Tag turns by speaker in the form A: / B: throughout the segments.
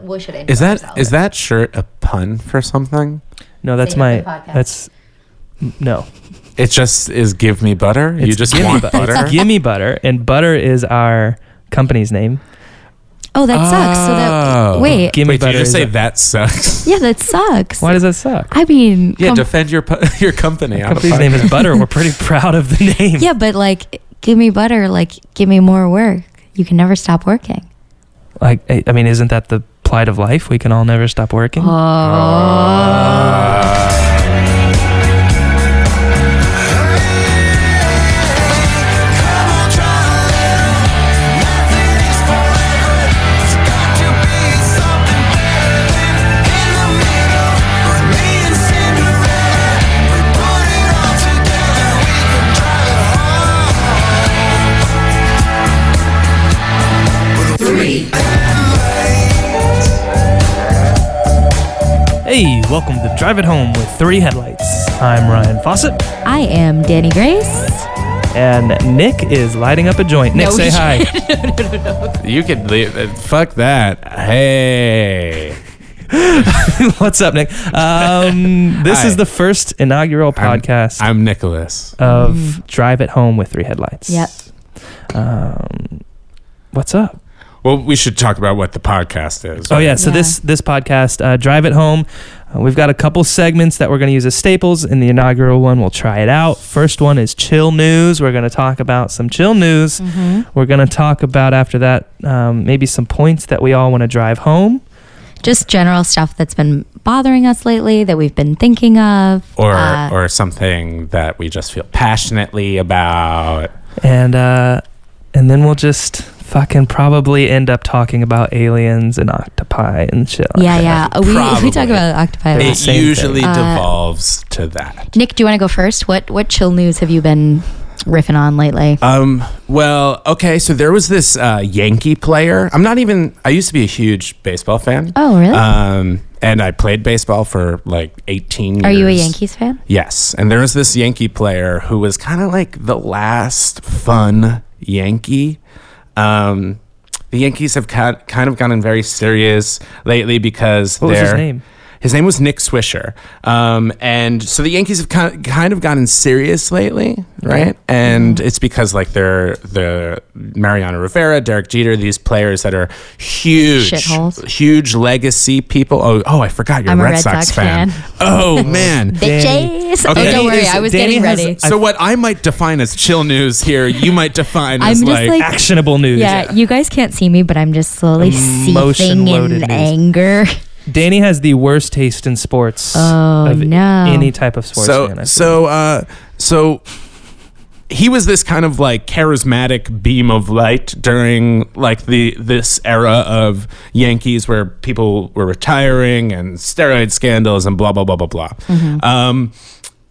A: what should I?
B: Is that is that shirt a pun for something?
C: No, that's
A: Save
C: my.
A: it for the podcast.
C: That's n- no.
B: It just is give me butter. you
C: It's
B: just
C: gimme
B: want
C: bu- it's
B: butter.
C: gimme butter, and butter is our company's name.
D: Oh, that sucks. So that
B: Oh.
D: wait,
C: Gimme
B: Wait, did
C: butter.
B: you just
C: is
B: say
C: a-
B: that sucks?
D: yeah, that sucks.
C: Why does that suck?
D: I mean,
B: Yeah,
D: come-
B: defend your pu- your company.
C: Our
B: on a
C: company's name is
B: podcast.
C: Butter. We're pretty proud of the name.
D: yeah, but like, give me butter. Like, give me more work. You can never stop working.
C: Like, I I mean, isn't that the plight of life? We can all never stop working.
D: Oh.
C: Hey, welcome to Drive It Home with Three Headlights. I'm Ryan Fawcett,
D: I am Danny Grace.
C: and Nick is lighting up a joint. Nick,
D: No,
C: say
D: you-
C: hi.
B: You could leave. uh, Fuck that. Hey.
C: What's up, Nick? Um, this
B: Hi.
C: is the first inaugural
B: I'm-
C: podcast
B: I'm Nicholas.
C: of Drive It Home with Three Headlights.
D: Mm. Yep.
C: Um, what's up?
B: Well, we should talk about what the podcast is.
C: Oh yeah. So
D: Yeah.
C: this this podcast, uh, Drive It Home. Uh, we've got a couple segments that we're going to use as staples. In the inaugural one, we'll try it out. First one is chill news. We're going to talk about some chill news.
A: Mm-hmm.
C: We're going to talk about after that um, maybe some points that we all want to drive home.
D: Just general stuff that's been bothering us lately that we've been thinking of.
B: Or
D: Uh,
B: or something that we just feel passionately about.
C: and uh, and then we'll just fucking probably end up talking about aliens and octopi and shit. like
D: yeah,
C: that.
D: yeah. Uh, We, we
B: Probably.
D: talk about octopi. a lot.
B: It
C: same thing.
B: usually
D: Uh,
B: devolves to that.
D: Nick, do you want to go first? What what chill news have you been riffing on lately?
B: Um. Well, okay. So there was this uh, Yankee player. I'm not even. I used to be a huge baseball fan.
D: Oh, really?
B: Um. And I played baseball for like 18 years.
D: Are you a Yankees fan?
B: Yes. And there was this Yankee player who was kind of like the last fun Yankee. Um, the Yankees have ca- kind of gotten very serious lately because
C: What was
B: they're.
C: his name?
B: His name was Nick Swisher. Um, and so the Yankees have kind kind of gotten serious lately, right? And it's because like they're the Mariano Rivera, Derek Jeter, these players that are huge,
D: Shitholes.
B: huge legacy people. Oh, oh, I forgot you're
D: I'm
B: a
D: a
B: Red,
D: Red
B: Sox,
D: Sox
B: fan.
D: fan.
B: Oh man.
D: Bitches. Oh,
B: Okay.
D: don't worry.
C: Is-
D: I was
C: Danny
D: getting
C: has-
D: ready.
B: So what I might define as chill news here, you might define
D: I'm
B: as
D: just
B: like,
D: like-
C: Actionable news.
D: yeah, you guys can't see me, but I'm just slowly seething
C: Emotion-loaded
D: in
C: news.
D: anger.
C: Danny has the worst taste in sports.
D: Oh,
C: of
D: no.
C: Any type of sports.
B: so
C: fan, I
B: so uh so he was this kind of like charismatic beam of light during like the this era of Yankees where people were retiring and steroid scandals and blah blah blah blah blah. Um,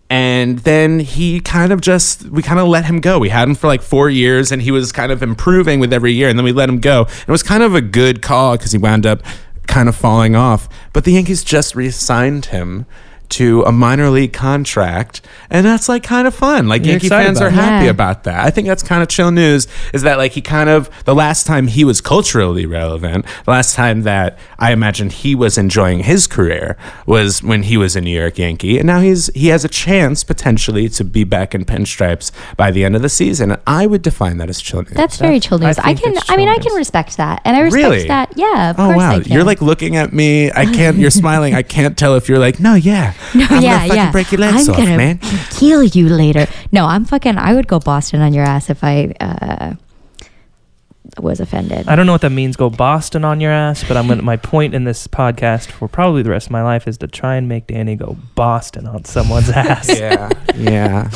B: and then he kind of just we kind of let him go. We had him for like four years, and he was kind of improving with every year. And then we let him go. And it was kind of a good call because he wound up kind of falling off. But the Yankees just re-signed him to a minor league contract, and that's like kind of fun. Like
C: You're
B: Yankee
C: excited
B: fans
C: about
B: are
C: it.
B: happy
D: Yeah.
B: about that. I think that's kind of chill news is that like he kind of the last time he was culturally relevant, the last time that I imagine he was enjoying his career was when he was a New York Yankee, and now he's he has a chance potentially to be back in pinstripes by the end of the season. And I would define that as chill news.
D: That's very chill
C: I
D: news. I,
C: think
D: can.
C: that's
D: I mean,
C: chill
D: I can
C: news.
D: respect that, and I respect
B: Really?
D: that. Yeah. Of
B: Oh
D: course
B: wow!
D: I can.
B: You're like looking at me. I can't. You're smiling. I can't tell if you're like, no, yeah,
D: No,
B: I'm
D: yeah,
B: gonna fucking
D: yeah.
B: break your legs
D: I'm
B: off,
D: gonna
B: man.
D: kill you later. No, I'm fucking. I would go Boston on your ass if I uh, was offended.
C: I don't know what that means. Go Boston on your ass. But I'm gonna, my point in this podcast for probably the rest of my life is to try and make Danny go Boston on someone's ass.
B: yeah, yeah.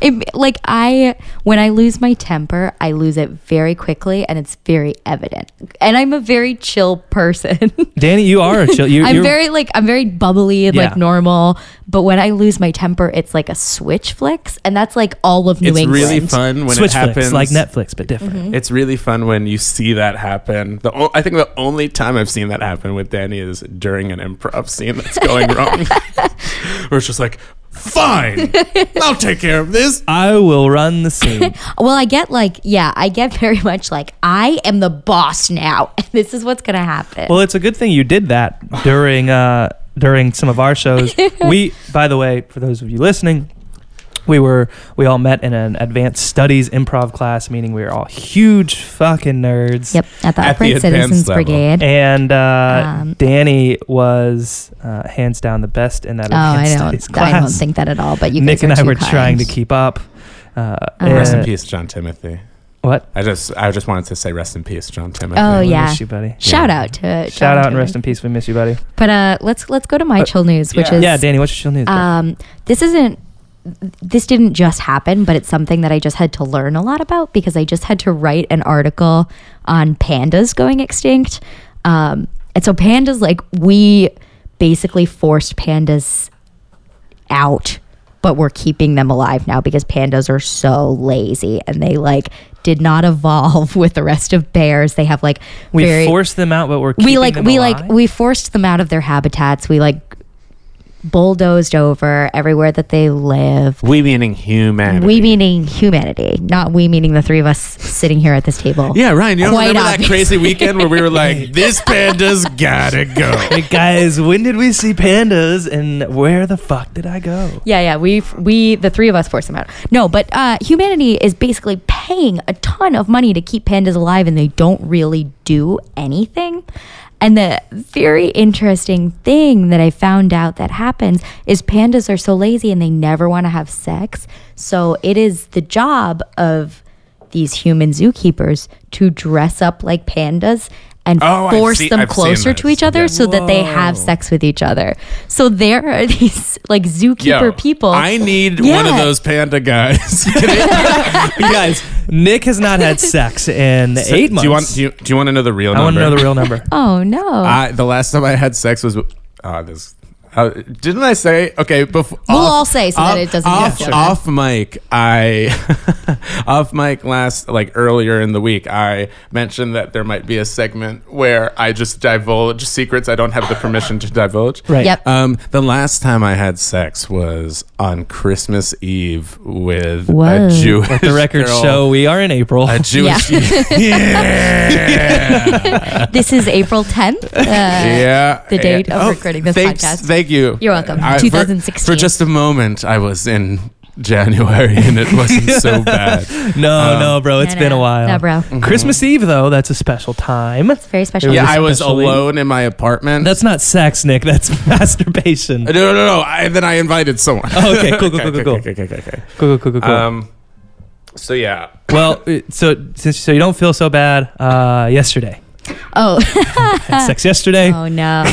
D: It, like I, when I lose my temper, I lose it very quickly, and it's very evident. And I'm a very chill person.
C: Danny, you are a chill. You,
D: I'm
C: you're,
D: very like I'm very bubbly and
C: Yeah.
D: like normal, but when I lose my temper, it's like a switch flicks, and that's like all of New
B: it's
D: England.
B: really fun when
C: switch
B: it happens.
C: flicks like Netflix, but different.
D: Mm-hmm.
B: It's really fun when you see that happen. The o- I think the only time I've seen that happen with Danny is during an improv scene that's going wrong, where it's just like, Fine. I'll take care of this.
C: I will run the scene.
D: Well, I get like, yeah, I get very much like, I am the boss now, and this is what's gonna happen.
C: Well, it's a good thing you did that during uh, during some of our shows. we, by the way, for those of you listening, we were we all met in an advanced studies improv class, meaning we were all huge fucking nerds.
D: yep, at the
B: At
D: Upright
B: the advanced
D: Citizens
B: level.
D: Brigade.
C: And uh,
D: Um,
C: Danny was uh, hands down the best in that
D: oh, I
C: advanced studies
D: don't,
C: class.
D: I don't think that at all. But you,
C: Nick
D: guys are
C: and I
D: too
C: were
D: kind.
C: trying to keep up. Uh,
D: Uh,
B: Rest in
C: and-
B: peace, John Timothy.
C: What?
B: I just I just wanted to say rest in peace, John Timothy.
D: Oh,
C: We
D: yeah.
C: miss you, buddy.
D: Shout out to John
C: Shout out and
D: Taylor.
C: rest in peace. We miss you, buddy.
D: But uh, let's let's go to my
C: But-
D: chill news, which
B: yeah.
D: is
C: Yeah, Danny, what's your chill news? bro?
D: um, this isn't this didn't just happen, but it's something that I just had to learn a lot about because I just had to write an article on pandas going extinct. Um, and so pandas, like we basically forced pandas out, but we're keeping them alive now because pandas are so lazy and they like did not evolve with the rest of bears. They have like
C: we
D: very,
C: forced them out, but we're keeping
D: we like
C: them
D: we
C: alive?
D: like we forced them out of their habitats. We like bulldozed over everywhere that they live.
B: We meaning human.
D: We meaning humanity, not we meaning the three of us sitting here at this table.
B: yeah, Ryan, you don't
D: Quite
B: remember that
D: obvious.
B: crazy weekend where we were like, this panda's gotta go.
C: Hey guys, when did we see pandas and where the fuck did I go?
D: Yeah, yeah. We we the three of us forced them out. No, but uh, humanity is basically paying a ton of money to keep pandas alive, and they don't really do anything. And the very interesting thing that I found out that happens is pandas are so lazy and they never want to have sex. So it is the job of these human zookeepers to dress up like pandas and
B: Oh, I've
D: force
B: seen-
D: them
B: I've seen
D: closer to
B: this.
D: each other
B: Yeah.
D: so that they have
C: Whoa.
D: sex with each other. So there are these like zookeepers
B: Yo,
D: keeper people.
B: I need one of
D: Yeah.
B: those panda guys. guys,
C: Nick has not had sex in eight months.
B: Do you want do you, do you want to know the real
C: I
B: number?
C: want to know the real number.
D: oh no.
B: I, the last time I had sex was uh, this. Uh, didn't I say okay? Before
D: We'll all say so that it doesn't get
B: Off,
D: filtered.
B: off mic, I off mic last like earlier in the week. I mentioned that there might be a segment where I just divulge secrets I don't have the permission to divulge.
C: Right.
D: Yep.
B: Um, the last time I had sex was on Christmas Eve with
D: Whoa.
B: a Jewish.
C: Let the record
B: girl.
C: show we are in April.
B: A Jewish. yeah.
D: this is April 10th. Uh,
B: yeah.
D: the date of
B: Oh,
D: recording this
B: thanks,
D: podcast.
B: Thank you.
D: You're welcome.
B: I- for-
D: 2016.
B: For, just a moment, I was in January and it wasn't so bad.
C: no,
B: Um,
C: no, bro,
D: no,
C: it's
D: no,
C: been a while.
D: No, bro.
B: Mm-hmm.
C: Christmas Eve though, that's a special time.
D: It's very special.
B: yeah,
C: was
B: I was
C: especially-
B: alone in my apartment. Uh,
C: That's not sex, Nick. That's masturbation.
B: no, no, no. no. I, then I invited someone.
C: Oh, okay, cool, cool, cool, cool, cool.
B: Okay, okay, okay, okay.
C: Cool, cool, cool, cool.
B: Um, so yeah,
C: Uh, well, uh, so since so you don't feel so bad, uh, yesterday
D: Oh.
C: had sex yesterday.
D: oh no.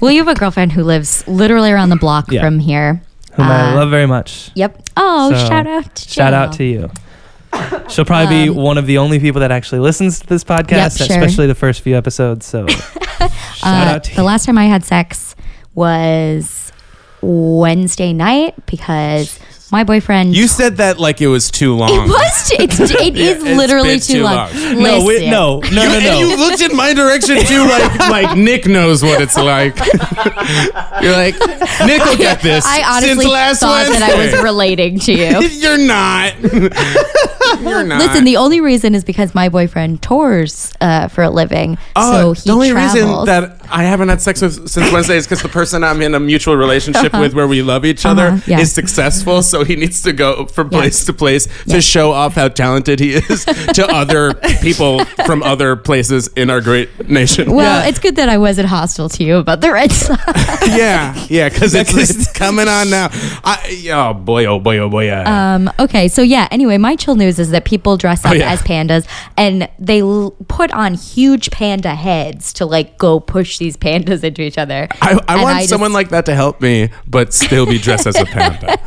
D: well, you have a girlfriend who lives literally around the block
C: Yeah.
D: from here.
C: whom I
D: Uh,
C: love very much.
D: Yep. Oh,
C: So,
D: shout out. To
C: Shout out
D: Jill.
C: to you. She'll probably
D: Um,
C: be one of the only people that actually listens to this podcast,
D: Yep, sure.
C: especially the first few episodes. So, shout
D: Uh,
C: out to
D: the
C: you.
D: last time I had sex was Wednesday night because my boyfriend.
B: you said that like it was too long.
D: It was. Too, it's, it
B: Yeah,
D: is
B: it's
D: literally
B: been
D: too,
B: too
D: long.
B: long.
C: no, wait,
D: Listen.
C: no, no,
B: You,
C: no,
B: and you
C: no.
B: looked in my direction too, like like Nick knows what it's like. You're like Nick will get this.
D: I honestly
B: Since last
D: thought
B: Wednesday.
D: that I was relating to you.
B: You're not. You're not.
D: Oh. Listen, the only reason is because my boyfriend tours uh, for a living, so he
B: Oh, Uh, the only reason
D: travels.
B: that I haven't had sex with since Wednesday is because the person I'm in a mutual relationship with, where we love each other,
D: Uh-huh, yeah.
B: is successful. So he needs to go from
D: Yeah.
B: place to place
D: Yeah.
B: to show off how talented he is to other people from other places in our great nation.
D: well,
C: Yeah.
D: it's good that I wasn't hostile to you about the Red Sox.
B: yeah, yeah, because it's, it's coming on now. I, oh boy, oh boy, oh boy. Yeah.
D: Um, okay, so yeah. Anyway, my chill news is that people dress up
B: Oh, yeah.
D: as pandas and they l- put on huge panda heads to like go push these pandas into each other.
B: I, I
D: and
B: want
D: I
B: someone
D: just-
B: like that to help me, but still be dressed as a panda.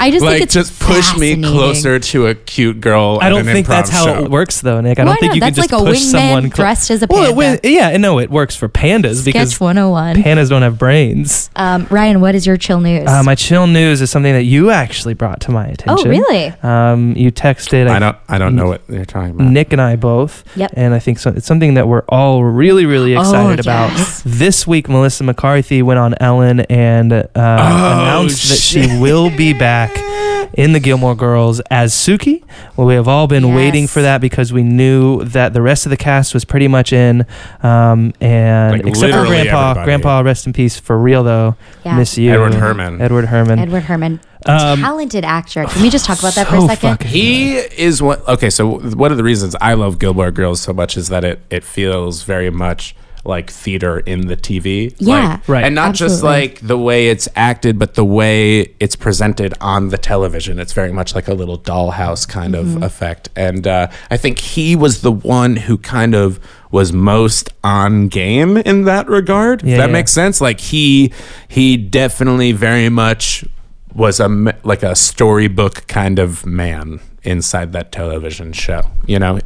D: I just
B: like
D: think it's
B: just push me
D: fascinating.
B: closer to a cute girl.
C: I
B: at
C: don't
B: an
C: think
B: improv
C: that's how
B: show.
C: it works, though, Nick. I don't
D: Why
C: think
D: not?
C: you
D: that's
C: can just
D: like a
C: push
D: wingman
C: someone clo-
D: dressed as a
C: Well,
D: panda.
C: it win- yeah, no, it works for pandas because
D: Sketch 101.
C: pandas don't have brains.
D: um, Ryan, what is your chill news?
C: Uh, my chill news is something that you actually brought to my
D: oh,
C: attention.
D: really?
C: Um, you texted
B: I don't. I don't know what you're talking about.
C: Nick and I both.
D: Yep.
C: And I think so, it's something that we're all really, really
D: Oh,
C: excited about.
D: yes.
C: This week, Melissa McCarthy went on Ellen and uh, announced that she
B: Oh, shit.
C: will be back in the Gilmore Girls as Suki. Well, we have all been waiting
D: Yes.
C: for that because we knew that the rest of the cast was pretty much in. Um, and
B: Like,
C: except for
B: literally
C: Grandpa.
B: everybody.
C: Grandpa, rest in peace for real, though.
D: Yeah.
C: Miss you.
B: Edward Herman.
C: Edward Herman.
D: Edward Herman,
C: Mm. Um,
D: talented actor. Can we just talk about that for
C: so
D: a second?
C: fucking
B: He is what. Okay, so one of the reasons I love Gilmore Girls so much is that it it feels very much like theater in the TV.
D: Yeah.
B: Like-
C: Right.
B: And not just
D: Absolutely.
B: like the way it's acted, but the way it's presented on the television. It's very much like a little dollhouse kind of
C: Mm-hmm.
B: effect. And uh, I think he was the one who kind of was most on game in that regard. if
C: Yeah,
B: that
C: yeah.
B: makes sense. Like he he definitely very much was a m- like a storybook kind of man inside that television show, you know.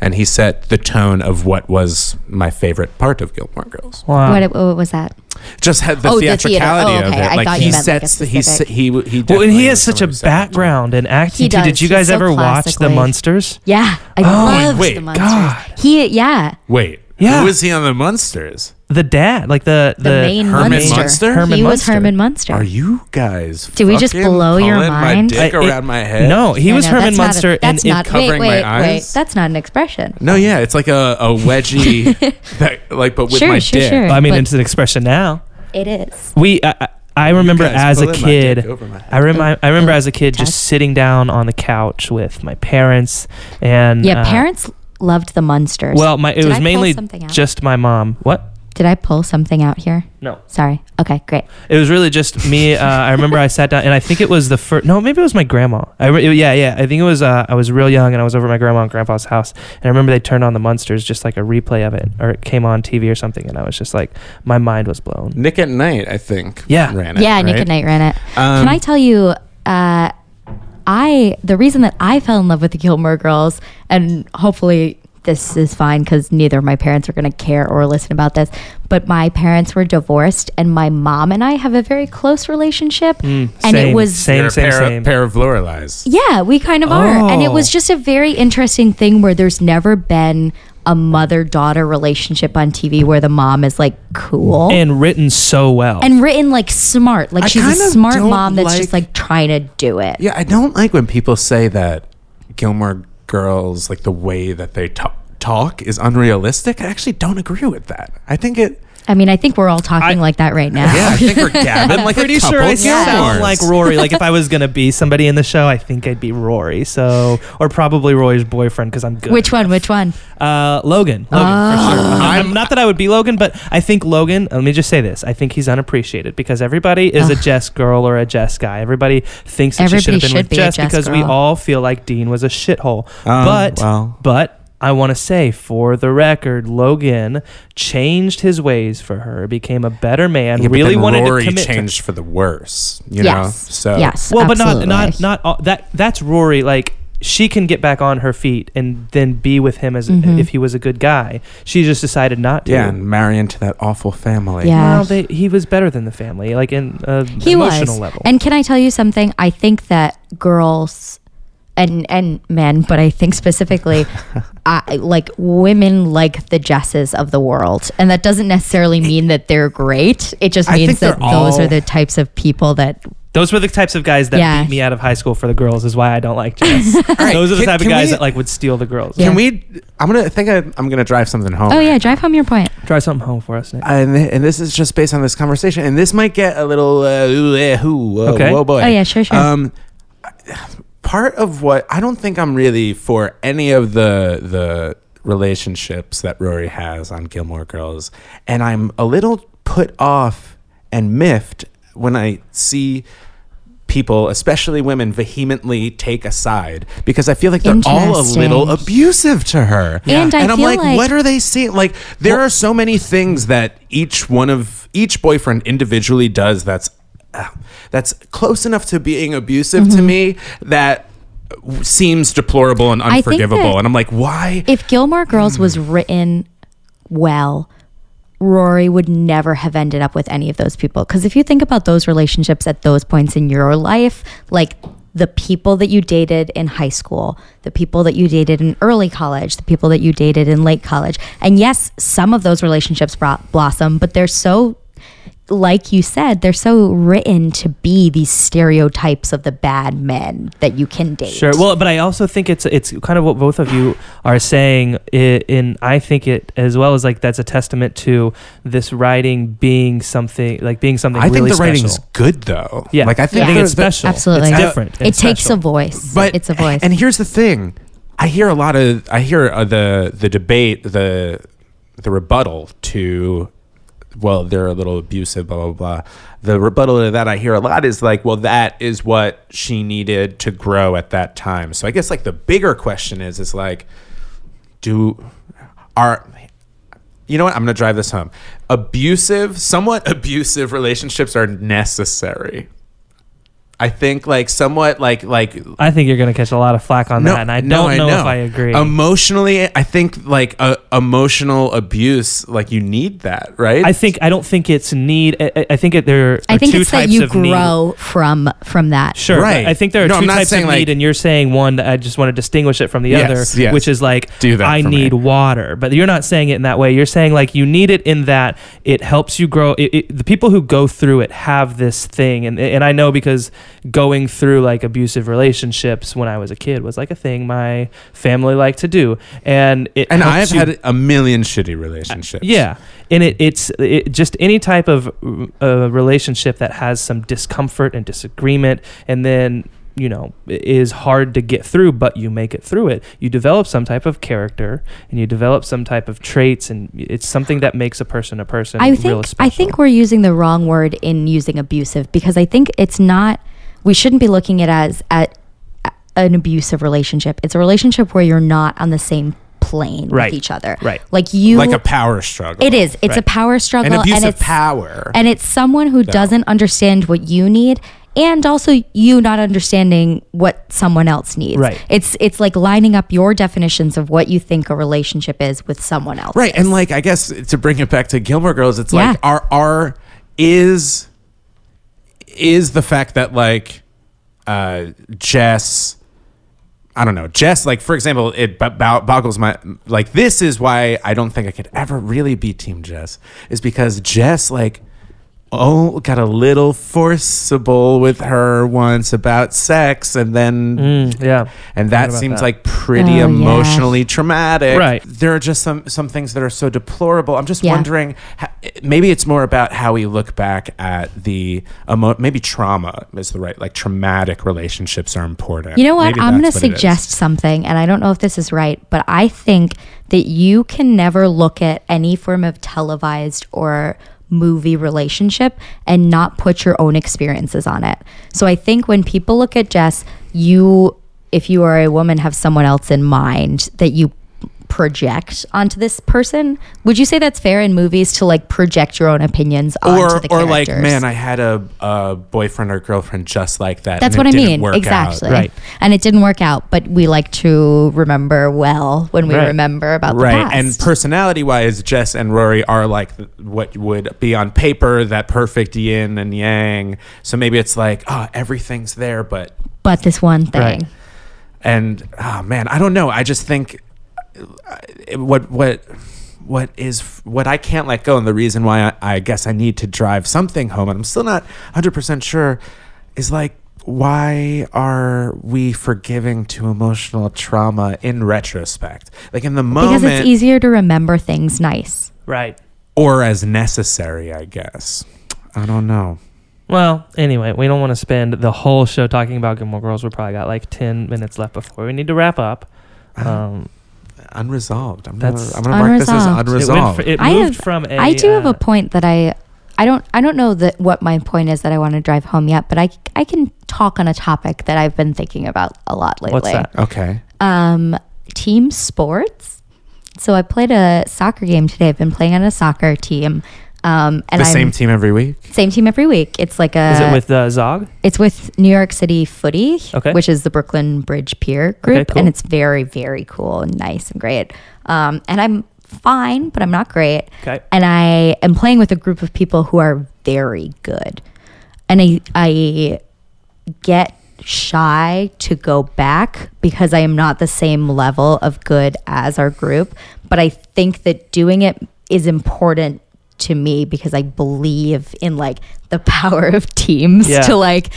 B: And he set the tone of what was my favorite part of Gilmore Girls
C: wow.
D: What, what was that
B: just had the
D: Oh, the theater.
B: theatricality
D: Oh, okay.
B: of
D: I
B: it. Like
D: thought you
B: he
D: meant, like, a
B: sets, he se-
D: specific-
B: he w- he.
C: Well, and
B: definitely
C: he has
B: is
C: such a
B: someone who sets the tone.
C: background in acting.
D: He
C: too. Did
D: does.
C: you
D: He's
C: guys
D: so
C: ever watch The
D: classically-
C: Monsters?
D: Yeah, I
C: Oh,
D: loved
B: wait,
D: the monsters. He, yeah,
B: Wait,
C: Yeah.
B: who is he on the Munsters?
C: the dad, like the the,
D: the, main
B: Herman
D: monster.
B: Munster?
C: Herman
D: he was
C: Munster.
D: Herman Munster.
B: Are you guys?
D: Did we just
B: fucking
D: blow your
B: pulling
D: mind?
B: My dick
C: I- it-
B: around my head.
C: No, he
D: No,
C: was
D: no,
C: Herman
D: that's not a-
C: Munster. and
D: that's
C: it-
D: not
B: covering
D: wait,
B: my
D: wait,
B: eyes?
D: Wait, that's not an expression.
B: No, yeah, it's like a, a wedgie, that, like, but with
D: Sure,
B: my
D: sure,
B: dick.
D: sure.
C: I mean,
D: but-
C: it's an expression now.
D: It is.
C: We, I, I- I remember
B: guys
C: as a
B: pulling my dick
C: kid.
B: over my head.
C: I remember, I remember
D: Oh,
C: as a kid
D: Tess.
C: just sitting down on the couch with my parents and
D: Yeah,
C: uh,
D: parents loved the monsters.
C: Well, my it
D: Did I
C: was
D: pull
C: mainly
D: something out?
C: just my mom. What?
D: Did I pull something out here?
C: No.
D: Sorry. Okay, great.
C: It was really just me. Uh, I remember I sat down, and I think it was the first. No, maybe it was my grandma. I re- yeah, yeah. I think it was. Uh, I was real young, and I was over at my grandma and grandpa's house, and I remember they turned on the monsters, just like a replay of it, or it came on TV or something, and I was just like, my mind was blown.
B: Nick at Night, I think.
C: Yeah.
B: ran it.
D: Yeah,
B: right?
D: Nick and Knight ran it.
B: Um,
D: Can I tell you, uh, I the reason that I fell in love with the Gilmore Girls, and hopefully this is fine because neither of my parents are going to care or listen about this, but my parents were divorced, and my mom and I have a very close relationship, and
C: Hmm, same,
D: it was
C: same,
B: You're a
C: same,
B: pair,
C: same.
B: pair of Loreleis.
D: Yeah, we kind of are. And it was
C: Oh.
D: just a very interesting thing where there's never been a mother daughter relationship on TV where the mom is like cool. And-
C: and written so well.
D: written like smart, like
B: I
D: she's a
B: kinda
D: smart
B: don't
D: mom that's just
B: like-
D: like trying to do it.
B: Yeah, I don't like when people say that Gilmore Girls, like the way that they talk, talk is unrealistic. I actually don't agree with that. I think it.
D: I mean, I think we're all talking
C: I-
D: like that right now.
B: Yeah, I think we're gabbing like
C: Pretty
B: a couple
C: sure I
B: of
C: sound
B: sophomores.
C: like Rory. Like if I was gonna be somebody in the show, I think I'd be Rory. So, or probably Rory's boyfriend because I'm good.
D: Which one? Which one?
C: Uh, Logan. Logan,
B: Oh.
C: for sure.
D: Um,
C: I'm, I'm- not that I would be Logan, but I think Logan, let me just say this. I think he's unappreciated because everybody is a Jess girl or a Jess guy. Everybody thinks that she should have
D: Everybody
C: been
D: should
C: with
D: be a
C: Jess,
D: Jess
C: because we
D: girl.
C: all feel like Dean was a shithole.
B: Um,
C: but,
B: well.
C: but. I want to say, for the record, Logan changed his ways for her, became a better man,
B: Yeah, but
C: really
B: then
C: wanted
B: Rory
C: to commit. to-
B: changed for the worse. You
D: yes.
B: know, so
D: yes.
C: well,
D: absolutely.
C: but not not not all, that. That's Rory. Like she can get back on her feet and then be with him as
D: Mm-hmm.
C: if he was a good guy. She just decided not to.
B: yeah, and marry into that awful family.
D: Yeah.
C: Well, they, he was better than the family, like in uh,
D: he
C: emotional
D: was.
C: level.
D: And can I tell you something? I think that girls and and men, but I think specifically, I, like women like the Jesses of the world, and that doesn't necessarily mean that they're great. It just
B: I
D: means
B: think
D: that
B: they're
D: those
B: all-
D: are the types of people that.
C: Those were the types of guys that
D: Yeah.
C: beat me out of high school for the girls. Is why I don't like Jess.
B: right,
C: Those are the
B: can-
C: type of
B: can
C: guys
B: we-
C: that like would steal the girls.
D: Yeah.
B: Can we? I'm gonna I think. I, I'm gonna drive something home.
D: Oh yeah, drive home your point.
C: Try something home for us, Nick.
B: And, th- and this is just based on this conversation, and this might get a little uh, ooh, eh, hoo, whoa,
C: Okay.
B: whoa, boy.
D: Oh, yeah, sure, sure.
B: Um, part of what I don't think I'm really for any of the the relationships that Rory has on Gilmore Girls, and I'm a little put off and miffed when I see people, especially women, vehemently take a side because I feel like they're all a little
D: Interesting.
B: abusive to her.
D: Yeah. And I
B: I'm
D: feel
B: like,
D: like-
B: what are they seeing? Like, there are so many things that each one of each boyfriend individually does that's ah, that's close enough to being abusive
C: Mm-hmm.
B: to me that w- seems deplorable and
D: I think that-
B: unforgivable. And I'm like, why?
D: If Gilmore Girls was written well, Rory would never have ended up with any of those people. Because if you think about those relationships at those points in your life, like the people that you dated in high school, the people that you dated in early college, the people that you dated in late college. And yes, some of those relationships brought blossom, but they're so like you said, they're so written to be these stereotypes of the bad men that you can date.
C: Sure. Well, but I also think it's it's kind of what both of you are saying. i- In I think it as well as like that's a testament to this writing being something like being something.
B: I think
C: really
B: the
C: special.
B: writing's good though.
C: Yeah,
B: like I think,
D: I think
B: there-
C: it's
B: there-
C: special.
D: Absolutely.
C: it's different. and
D: it takes
C: special.
D: a voice.
B: But
D: it's a voice.
B: And here's the thing: I hear a lot of I hear uh, the the debate the the rebuttal to well they're a little abusive blah blah blah. The rebuttal to that I hear a lot is like well that is what she needed to grow at that time. So I guess like the bigger question is is like do are you know what? I'm going to drive this home. Abusive, somewhat abusive relationships are necessary. I think like somewhat like like
C: I think you're going to catch a lot of flack on that, and I don't
B: no, Um,
C: know, if I agree.
B: Emotionally, I think like uh, emotional abuse, like you need that, right?
C: I think I don't think it's need. I, I- I think it, there are
D: I think
C: two
D: it's
C: types
D: that you
C: of need.
D: grow from from that.
C: Sure.
B: Right.
C: Right. I think there are
B: No, I'm
C: two
B: not
C: types of
B: saying,
C: need,
B: like-
C: and you're saying one that I just want to distinguish it from the
B: Yes,
C: other,
B: yes.
C: which is like,
B: Do that
C: I
B: for me.
C: need water. But you're not saying it in that way. You're saying like you need it in that it helps you grow. It, it, the people who go through it have this thing, and and I know because going through like abusive relationships when I was a kid was like a thing my family liked to do, and it
B: and
C: helps
B: I've
C: you
B: had a million shitty relationships.
C: yeah, and it, it's it, just any type of uh, relationship that has some discomfort and disagreement, and then you know i- is hard to get through, but you make it through it. You develop some type of character, and you develop some type of traits, and it's something that makes a person a person.
D: I
C: real
D: think
C: special.
D: I think we're using the wrong word in using abusive because I think it's not. We shouldn't be looking at as at a- an abusive relationship. It's a relationship where you're not on the same plane
C: Right.
D: with each other.
C: Right.
D: Like you.
B: like a power struggle.
D: it is. It's a
C: Right.
D: power struggle.
B: an abuse
D: and
B: of
D: it's,
B: power.
D: And it's someone who doesn't understand what you need and also you not understanding what someone else needs.
C: Right.
D: It's it's like lining up your definitions of what you think a relationship is with someone else.
B: Right. And like I guess to bring it back to Gilmore Girls, it's like
D: Yeah.
B: our our is is the fact that like uh Jess I don't know. Jess, like for example, it b- bo- boggles my like. This is why I don't think I could ever really be Team Jess is because Jess like oh got a little forcible with her once about sex, and then
C: Mm, yeah,
B: and that
C: about
B: seems
C: that.
B: like pretty
D: Oh,
B: emotionally traumatic.
C: Right.
B: There are just some some things that are so deplorable. I'm just
D: Yeah.
B: wondering. ha- Maybe it's more about how we look back at the emo- maybe trauma is the right like traumatic relationships are important.
D: You know what?
B: Maybe
D: I'm going to
B: that's what it is.
D: suggest something, and I don't know if this is right, but I think that you can never look at any form of televised or movie relationship and not put your own experiences on it. So I think when people look at Jess, you, if you are a woman, have someone else in mind that you project onto this person. Would you say that's fair in movies to like project your own opinions
B: Or,
D: onto the
B: or
D: characters?
B: like, man, I had a, a boyfriend or girlfriend just like that.
D: That's
B: and
D: what
B: it
D: I
B: didn't
D: mean.
B: work out.
D: Exactly.
C: Right.
D: And it didn't work out, but we like to remember well when we
C: Right.
D: remember about the
B: Right.
D: past.
B: And personality wise, Jess and Rory are like th- what would be on paper that perfect yin and yang. So maybe it's like, oh, everything's there, but
D: but this one thing.
C: Right.
B: and oh man, I don't know. I just think uh, what what what is what I can't let go, and the reason why I, I guess I need to drive something home, and I'm still not 100 percent sure, is like why are we forgiving to emotional trauma in retrospect, like in the
D: Because
B: moment,
D: it's easier to remember things nice.
C: right.
B: or as necessary, I guess. I don't know.
C: Well, anyway, we don't want to spend the whole show talking about Gilmore Girls. We probably got like ten minutes left before we need to wrap up. Um,
B: Unresolved. I'm gonna,
C: That's-
B: I'm gonna mark this as
D: Unresolved.
C: It, went
B: unresolved.
C: fr- it
D: I
C: moved
D: have-
C: from a.
D: I do have
C: uh,
D: a point that I I don't I don't know that what my point is that I want to drive home yet, but I I can talk on a topic that I've been thinking about a lot lately.
C: What's that?
B: okay.
D: um, team sports. So I played a soccer game today. I've been playing on a soccer team. Um, and
B: the
D: I'm
B: same team every week.
D: same team every week. It's like a
C: Is it with uh, Zog?
D: it's with New York City Footy,
C: Okay.
D: which is the Brooklyn Bridge Pier group,
C: cool.
D: and it's very very cool and nice and great. Um, and I'm fine, but I'm not great.
C: Okay.
D: And I am playing with a group of people who are very good, and I I get shy to go back because I am not the same level of good as our group. But I think that doing it is important to me because I believe in like the power of teams
C: Yeah.
D: to like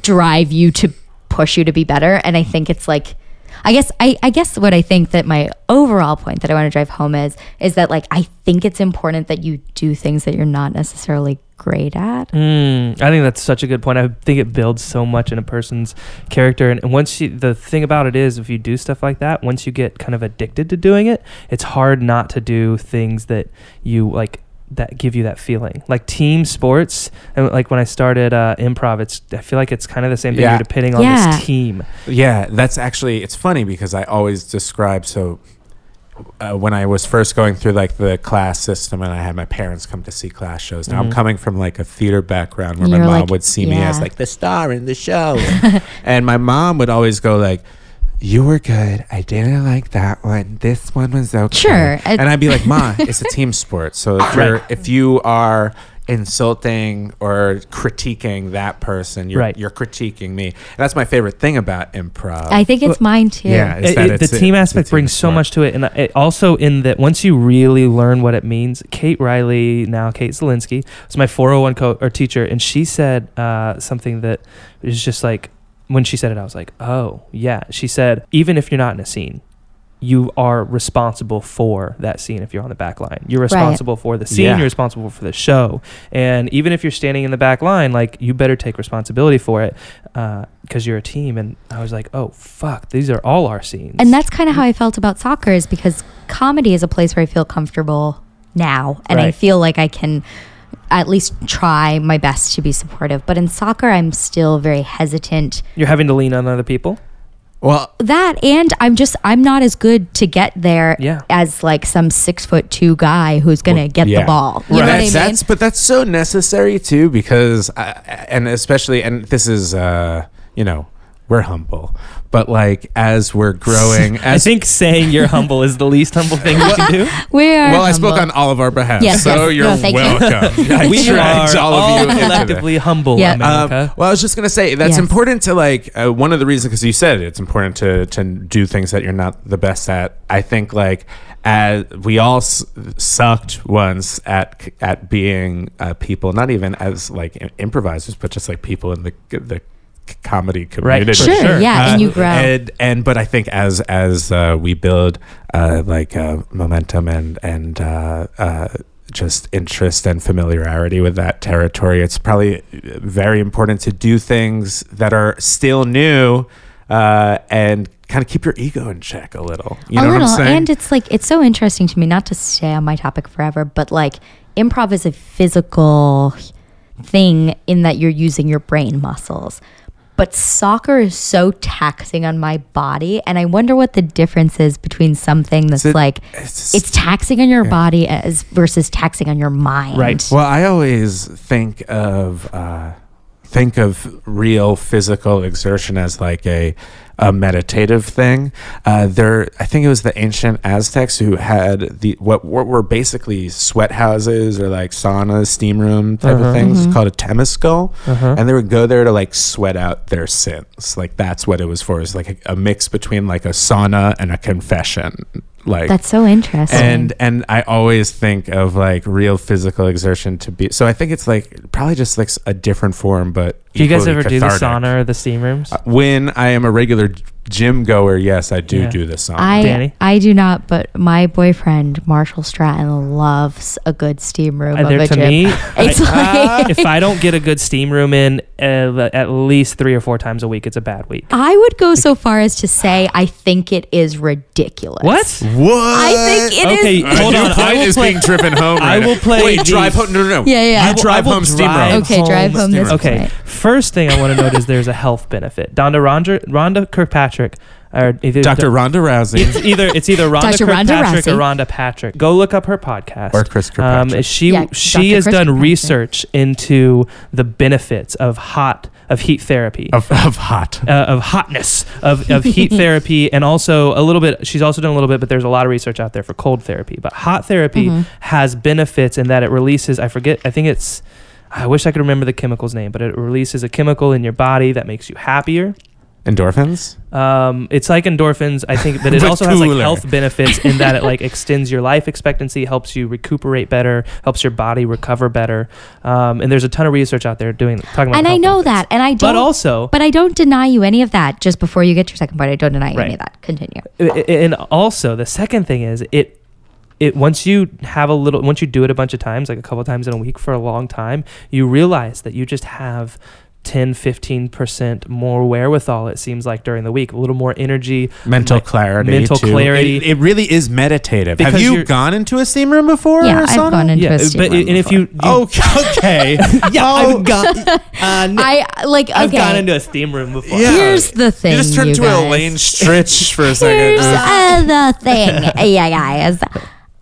D: drive you to push you to be better. And I think it's like I guess I, I guess what I think that my overall point that I want to drive home is is that like I think it's important that you do things that you're not necessarily great at.
C: Mm, I think that's such a good point. I think it builds so much in a person's character, and, and once you, the thing about it is, if you do stuff like that, once you get kind of addicted to doing it, it's hard not to do things that you like that give you that feeling. Like team sports, and like when I started uh, improv, it's I feel like it's kind of the same thing.
B: Yeah.
C: You're depending on
D: Yeah.
C: this team.
B: Yeah, that's actually it's funny because I always describe so uh, when I was first going through like the class system and I had my parents come to see class shows. Now I'm
C: Mhm.
B: coming from like a theater background where my
D: Mm-hmm. You're
B: mom
D: like-
B: would see me as
D: yeah.
B: like the star in the show. and my mom would always go like you were good. I didn't like that one. This one was okay.
D: Sure. I-
B: And I'd be like, Ma, it's a team sport. So if you're if you are insulting or critiquing that person, you're
C: Right.
B: you're critiquing me. And that's my favorite thing about improv.
D: I think it's mine too.
B: Yeah, is
C: It-
B: that
C: it-
B: it's
C: the
B: a-
C: team
B: it's a
C: aspect
B: team
C: brings so
B: sport.
C: much to it, and uh, it also in that once you really learn what it means, Kate Riley, now Kate Zelinsky, was my 401 co or teacher, and she said uh, something that is just like when she said it, I was like, oh yeah. She said, even if you're not in a scene. You are responsible for that scene if you're on the back line. You're responsible for the scene.
B: Yeah.
C: You're responsible for the show. And even if you're standing in the back line, like you better take responsibility for it because you're a team. And I was like, oh fuck, these are all our scenes.
D: And that's kind of how I felt about soccer is because comedy is a place where I feel comfortable now and I
C: Right.
D: feel like I can at least try my best to be supportive. But in soccer I'm still very hesitant.
C: you're having to lean on other people.
B: Well,
D: That and I'm just I'm not as good to get there
C: Yeah.
D: as like some six foot two guy who's gonna
B: Well,
D: get
B: yeah.
D: the ball. You
B: right.
D: know what I
B: that's,
D: mean?
B: that's- but that's so necessary too because I, and especially and this is uh you know we're humble but like as we're growing
C: I
B: as
C: think saying you're humble is the least humble thing you can do.
D: we are
B: well I spoke
D: humble.
B: on all of our behalf
D: Yes,
B: so
D: yes.
B: you're
D: No, thank you.
B: welcome I
C: we
B: dragged
C: are all,
B: into this.
C: collectively humble,
D: Yeah.
B: Um,
C: America.
B: well, I was just gonna say that's
D: Yes.
B: important to like uh, one of the reasons because you said it's important to to do things that you're not the best at. I think like as we all s- sucked once at c- at being uh, people, not even as like im- improvisers, but just like people in the the c- comedy
C: Right,
B: community.
C: for
D: Sure,
C: sure.
D: yeah, and
B: Uh,
D: you grow.
B: And, and but I think as as uh, we build uh, like uh, momentum and and uh, uh, just interest and familiarity with that territory, it's probably very important to do things that are still new uh, and kind of keep your ego in check a little. You
D: a
B: know
D: little.
B: what I'm saying?
D: And it's like it's so interesting to me not to stay on my topic forever, but like improv is a physical thing in that you're using your brain muscles. But soccer is so taxing on my body, and I wonder what the difference is between something that's
B: it-
D: like
B: it's-
D: it's taxing on your body as versus taxing on your mind.
C: Right.
B: Well, I always think of uh, think of real physical exertion as like a a meditative thing. Uh, there, I think it was the ancient Aztecs who had the what, what were basically sweat houses or like saunas, steam room type
C: Uh-huh.
B: of things called a temescal,
C: Uh-huh.
B: Um, and they would go there to like sweat out their sins. Like that's what it was for. It's like a, a mix between like a sauna and a confession. Like
D: That's so interesting.
B: and and I always think of like real physical exertion to be. So I think it's like probably just like a different form, but
C: do you guys
B: equally
C: ever do the
B: cathartic.
C: sauna or the steam rooms?
B: Uh, When I am a regular g- gym goer, yes, I do
C: Yeah.
B: do the sauna.
D: I
C: Danny?
D: I do not, but my boyfriend Marshall Stratton loves a good steam room
C: Uh,
D: of
C: there
D: a
C: to
D: gym.
C: me,
D: It's
C: I- uh,
D: like-
C: if I don't get a good steam room in uh, at least three or four times a week, it's a bad week.
D: I would go so far as to say I think it is ridiculous.
C: What?
B: what?
D: I think it is.
C: Okay, hold
B: Your
C: on, I
B: point
C: will
B: is
C: play-
B: being driven home.
C: I
B: right
C: will
B: now.
C: play
B: Wait,
C: the-
B: drive home. No, no, no.
D: Yeah, yeah.
B: You
D: I
C: will-
B: drive
C: I will
B: home steam
C: drive
B: room.
D: Okay, drive home this
B: steam room.
D: point.
C: Okay. First thing I want to note is there's a health benefit. Donna Ronda, Rhonda Kirkpatrick or either
B: Dr. Ronda Rousey.
C: It's either it's either Rhonda
D: Dr. Rhonda
C: Kirkpatrick or
D: Rousey.
C: Rhonda Patrick. Go look up her podcast. Um,
B: Or Chris Kirkpatrick.
C: she
D: Yeah,
C: she
D: Dr.
C: has
D: Chris
C: done
D: Kirkpatrick.
C: research into the benefits of hot of heat therapy.
B: of, of hot.
C: uh, of hotness of, of heat therapy and also a little bit she's also done a little bit but there's a lot of research out there for cold therapy but hot therapy
D: Mm-hmm.
C: has benefits in that it releases i forget i think it's i wish i could remember the chemical's name but it releases a chemical in your body that makes you happier
B: Endorphins?
C: um, it's like endorphins, I think, but it
B: But
C: also has like
B: cooler.
C: health benefits in that it like extends your life expectancy, helps you recuperate better, helps your body recover better. Um, and there's a ton of research out there doing talking about.
D: and I
C: health
D: know
C: benefits.
D: that, and I don't.
C: But also,
D: but I don't deny you any of that. Just before you get your second point, I don't deny you
C: Right.
D: any of that. Continue.
C: I- I- and also the second thing is it it once you have a little once you do it a bunch of times like a couple times in a week for a long time you realize that you just have 10 15% more wherewithal it seems like during the week a little more energy
B: Mental
C: Mi-
B: clarity.
C: mental
B: too.
C: clarity.
B: It, it really is meditative. Have
C: Because
B: you
C: you're-
B: gone into a steam room before? or
D: yeah,
B: a sauna?
D: I've gone into
C: yeah
D: a
C: but
D: steam room
C: and if
D: before.
C: you, you
B: Oh, okay.
C: yeah
B: oh,
C: I've got uh, no,
D: I like okay.
C: I've gone into a steam room before
B: Yeah.
D: Here's the thing.
B: you just turned to
D: guys.
B: Elaine Stritch for a second.
D: Here's uh, the thing. yeah, guys.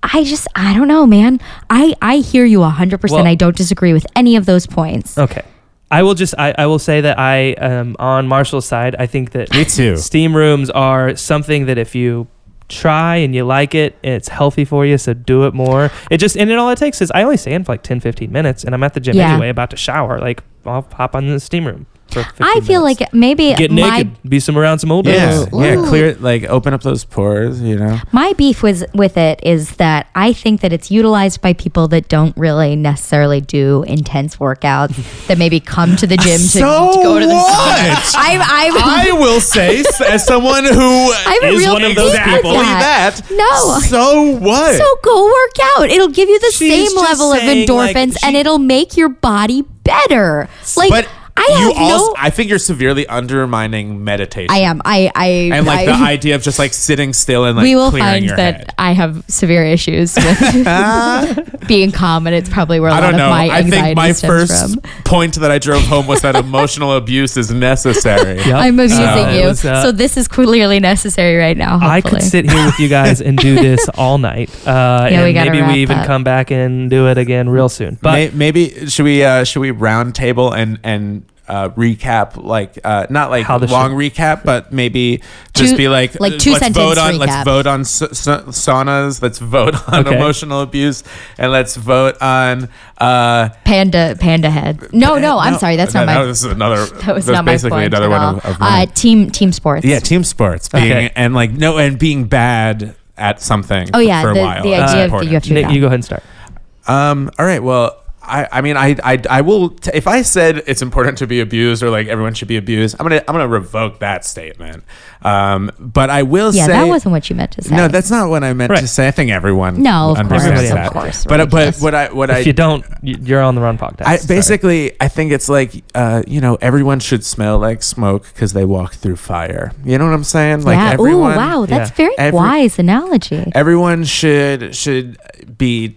D: I just I don't know, man. I I hear you 100%.
C: Well-
D: I don't disagree with any of those
B: Oh,
D: points.
C: okay I will just I, I will say that I am on Marshall's side I think that
B: Me too.
C: Steam rooms are something that if you try and you like it, it's healthy for you, so do it more. It just, and it all it takes is I only stay in for like 10, 15 minutes and I'm at the gym
D: Yeah.
C: anyway, about to shower. Like, I'll pop on the steam room for 15
D: I feel
C: minutes.
D: like maybe
C: Get
D: my
C: naked, be some around some old
B: Yeah,
C: dudes.
B: yeah.
D: Ooh.
B: Clear, like open up those pores. You know,
D: my beef was with it is that I think that it's utilized by people that don't really necessarily do intense workouts that maybe come to the gym to,
B: So
D: to go to the
B: what?
D: I'm I'm
B: I will say, s- as someone who
D: I'm a
B: is
D: real
B: one of
D: beef
B: those
D: with
B: people,
D: that.
B: that.
D: No.
B: So what?
D: So go work out. It'll give you the
C: She's
D: same
C: just
D: level of
C: saying, like,
D: endorphins and
C: she-
D: it'll make your body better. Like
B: but
D: I have
B: you also,
D: no
B: I think you're severely undermining meditation
D: I am. I I
B: and like
D: I,
B: the idea of just like sitting still and like
D: we will
B: clearing
D: find
B: your
D: that
B: head.
D: I have severe issues with being calm, and it's probably where a
B: I
D: lot
B: don't
D: of
B: know.
D: my
B: I
D: anxiety
B: think my
D: stems
B: first
D: from.
B: point that I drove home was that emotional abuse is necessary.
C: Yep.
D: I'm abusing
B: Uh,
D: you,
C: it was, uh,
D: so this is clearly necessary right now. Hopefully.
C: I could sit here with you guys and do this all night. Uh,
D: Yeah, we
C: and
D: gotta
C: maybe
D: wrap
C: we even
D: up.
C: come back and do it again real soon. But
B: May- maybe should we uh, should we round table and and uh, recap like uh, not like
C: How the
B: long recap, but maybe just
D: Two-
B: be like
D: like two
B: let's
D: sentence
B: vote on
D: recap.
B: let's vote on sa- sa- saunas, let's vote on
C: Okay.
B: emotional abuse, and let's vote on. Uh,
D: panda, panda head. No, no, I'm sorry. That's
B: no,
D: not my.
B: no, This is another.
D: that was
B: that's
D: not my
B: basically
D: point
B: another
D: at
B: one
D: all.
B: of, of
D: uh,
B: mine.
D: team, team sports.
B: yeah, team sports being
C: Okay.
B: and like no and being bad at something. Uh,
D: Oh, yeah,
B: for a
D: the-
B: while
D: the
B: is
C: idea of that
B: important.
D: you have to do
C: Nick,
D: that.
C: you go ahead and start.
B: Um. All right. Well, I. I mean, I. I. I will. T- if I said it's important to be abused or like everyone should be abused, I'm gonna. I'm gonna revoke that statement. Um. But I will
D: yeah,
B: say.
D: that wasn't what you meant to say.
B: No, that's not what I meant
C: Right.
B: to say. I think everyone.
D: No, of course,
B: understands
C: of
B: that.
D: course,
B: But but
D: ridiculous.
B: what I what I
C: if you don't, y- you're on the wrong podcast.
B: I
C: Sorry.
B: basically I think it's like uh, you know everyone should smell like smoke because they walk through fire. You know what I'm saying? Like
D: yeah.
B: everyone.
D: Ooh, wow, that's
C: yeah.
D: very
B: Every-
D: wise analogy.
B: everyone should should be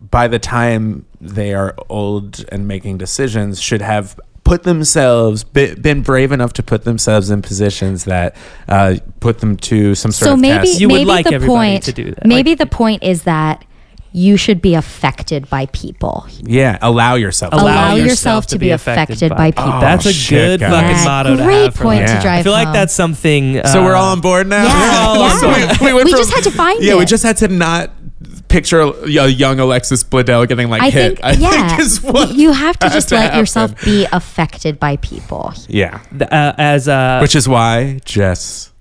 B: by the time they are old and making decisions should have put themselves be, been brave enough to put themselves in positions that uh, put them to some sort
D: so
B: of
D: maybe
B: test.
C: You would
D: maybe
C: like
D: the
C: everybody
D: point
C: to do that.
D: maybe
C: Like-
D: the point is that you should be affected by people
B: yeah allow yourself
D: Allow yourself to be affected by people.
B: Oh,
C: That's a
B: shit,
C: good
B: guys.
C: fucking
B: Yeah,
C: motto to
D: great
C: have. for
D: point
C: life.
B: to Yeah.
D: drive
C: I feel like
D: home.
C: that's something.
B: so we're
C: uh,
B: all on board now
D: Yeah,
B: we're all
D: yeah.
B: So we, we went
D: We
B: from-
D: just had to find
B: yeah we
D: it.
B: just had to not picture a young alexis bledel getting like
D: i
B: hit
D: think yeah
B: is what
D: you have to
B: had
D: just
B: to
D: let
B: happen.
D: yourself be affected by people
B: yeah
C: th- uh, as uh,
B: which is why Jess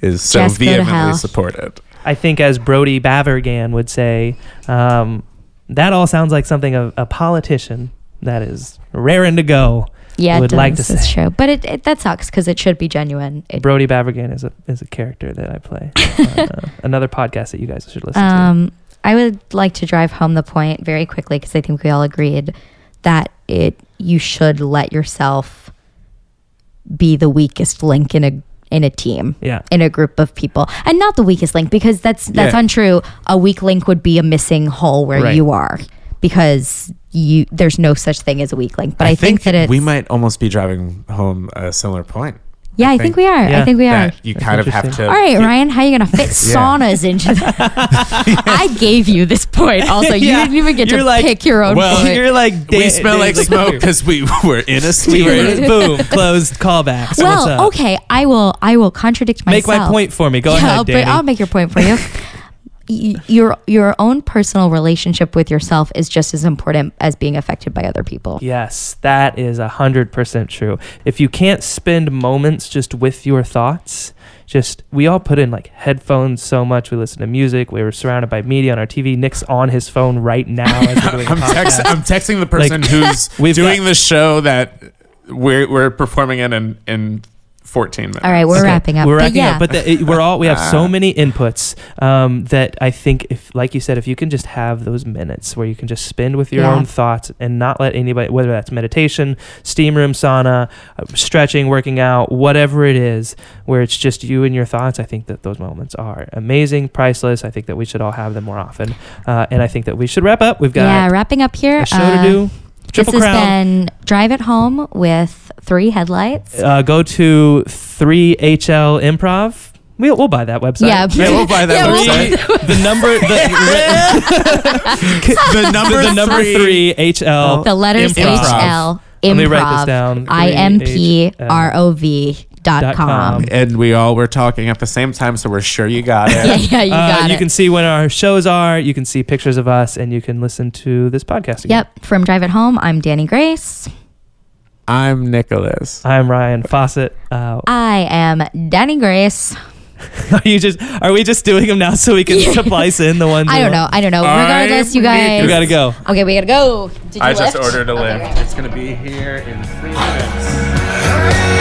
B: is so
D: Jess, go to hell.
B: vehemently supported.
C: I think, as Brody Bavergan would say, um, that all sounds like something of a politician that is raring to go.
D: yeah it
C: would
D: does.
C: like to
D: that's
C: say.
D: true but it, it that sucks because it should be genuine it,
C: Brody Bavergan is a is a character that I play. on, uh, another podcast that you guys should listen
D: um i would like to drive home the point very quickly because i think we all agreed that it you should let yourself be the weakest link in a in a team
C: to. Yeah.
D: in a group of people and not the weakest link because that's that's
B: Yeah.
D: untrue a weak link would be a missing hole where
C: Right.
D: you are because you there's no such thing as a weak link but i, think, that it's
B: we might almost be driving home a similar point.
D: Yeah, I, think, we are.
C: Yeah.
D: I think we are.
B: that you
C: That's
B: kind of have
C: interesting.
B: to.
D: All right,
B: you-
D: Ryan, how are you going to fit saunas into that? I gave you this point. Also, you
C: Yeah.
D: didn't even get
C: You're
D: to
C: like,
D: pick your own
B: well,
D: point.
C: You're like da-
B: We smell like
C: da-
B: smoke because we were in a
C: We
B: steamer.
C: were- boom closed callbacks. What's up?
D: well, okay, I will. I will contradict
C: Make
D: myself.
C: my point for me. Go
D: yeah,
C: ahead,
D: I'll, br-
C: Danny.
D: I'll make your point for you. Y- your your own personal relationship with yourself is just as important as being affected by other people.
C: Yes, that is 100% true. If you can't spend moments just with your thoughts, just we all put in like headphones so much. We listen to music. We were surrounded by media on our TV. Nick's on his phone right now. As we're doing
B: I'm,
C: a
B: text,
C: podcast.
B: I'm texting the person who's
C: We've
B: doing the show that we're, we're performing in in, in 14 minutes.
D: All right, we're
C: Okay,
D: wrapping up.
C: We're
D: but
C: wrapping
D: yeah,
C: up, but the, it, we're all we have so many inputs um, that I think if, like you said, if you can just have those minutes where you can just spend with your
D: Yeah.
C: own thoughts and not let anybody, whether that's meditation, steam room sauna, uh, stretching, working out, whatever it is, where it's just you and your thoughts. I think that those moments are amazing, priceless. I think that we should all have them more often, uh, and I think that we should wrap up. We've got
D: yeah, wrapping up here.
C: a show
D: uh,
C: to do. Triple
D: this
C: crown.
D: has been drive it home with three headlights.
C: uh, go to 3HL Improv. We'll, we'll buy that website.
D: Yeah.
B: Yeah, we'll buy that
D: Yeah, we'll
B: website.
C: the number the,
B: the number,
C: the number three HL.
D: the letters
B: Improv.
D: HL improv.
C: Let me write this down.
D: I M P R O V dot
C: Dot
D: com.
C: com.
B: And we all were talking at the same time, so we're sure you got
D: Yeah,
B: it.
D: yeah, you got
C: uh,
D: it.
C: you can see when our shows are. You can see pictures of us, and you can listen to this podcast. Again.
D: Yep. From Drive It Home, I'm Danny Grace.
B: I'm Nicholas.
C: I'm Ryan Fawcett. Uh,
D: I am Danny Grace.
C: are you just? Are we just doing them now so we can splice in the ones?
D: I
C: we
D: don't know.
C: want?
D: I don't know. Regardless, you
B: I'm
D: guys.
C: We gotta go.
D: Okay, we gotta go. Did you lift? Okay, great.
B: It's going to be here in three minutes.
A: Drive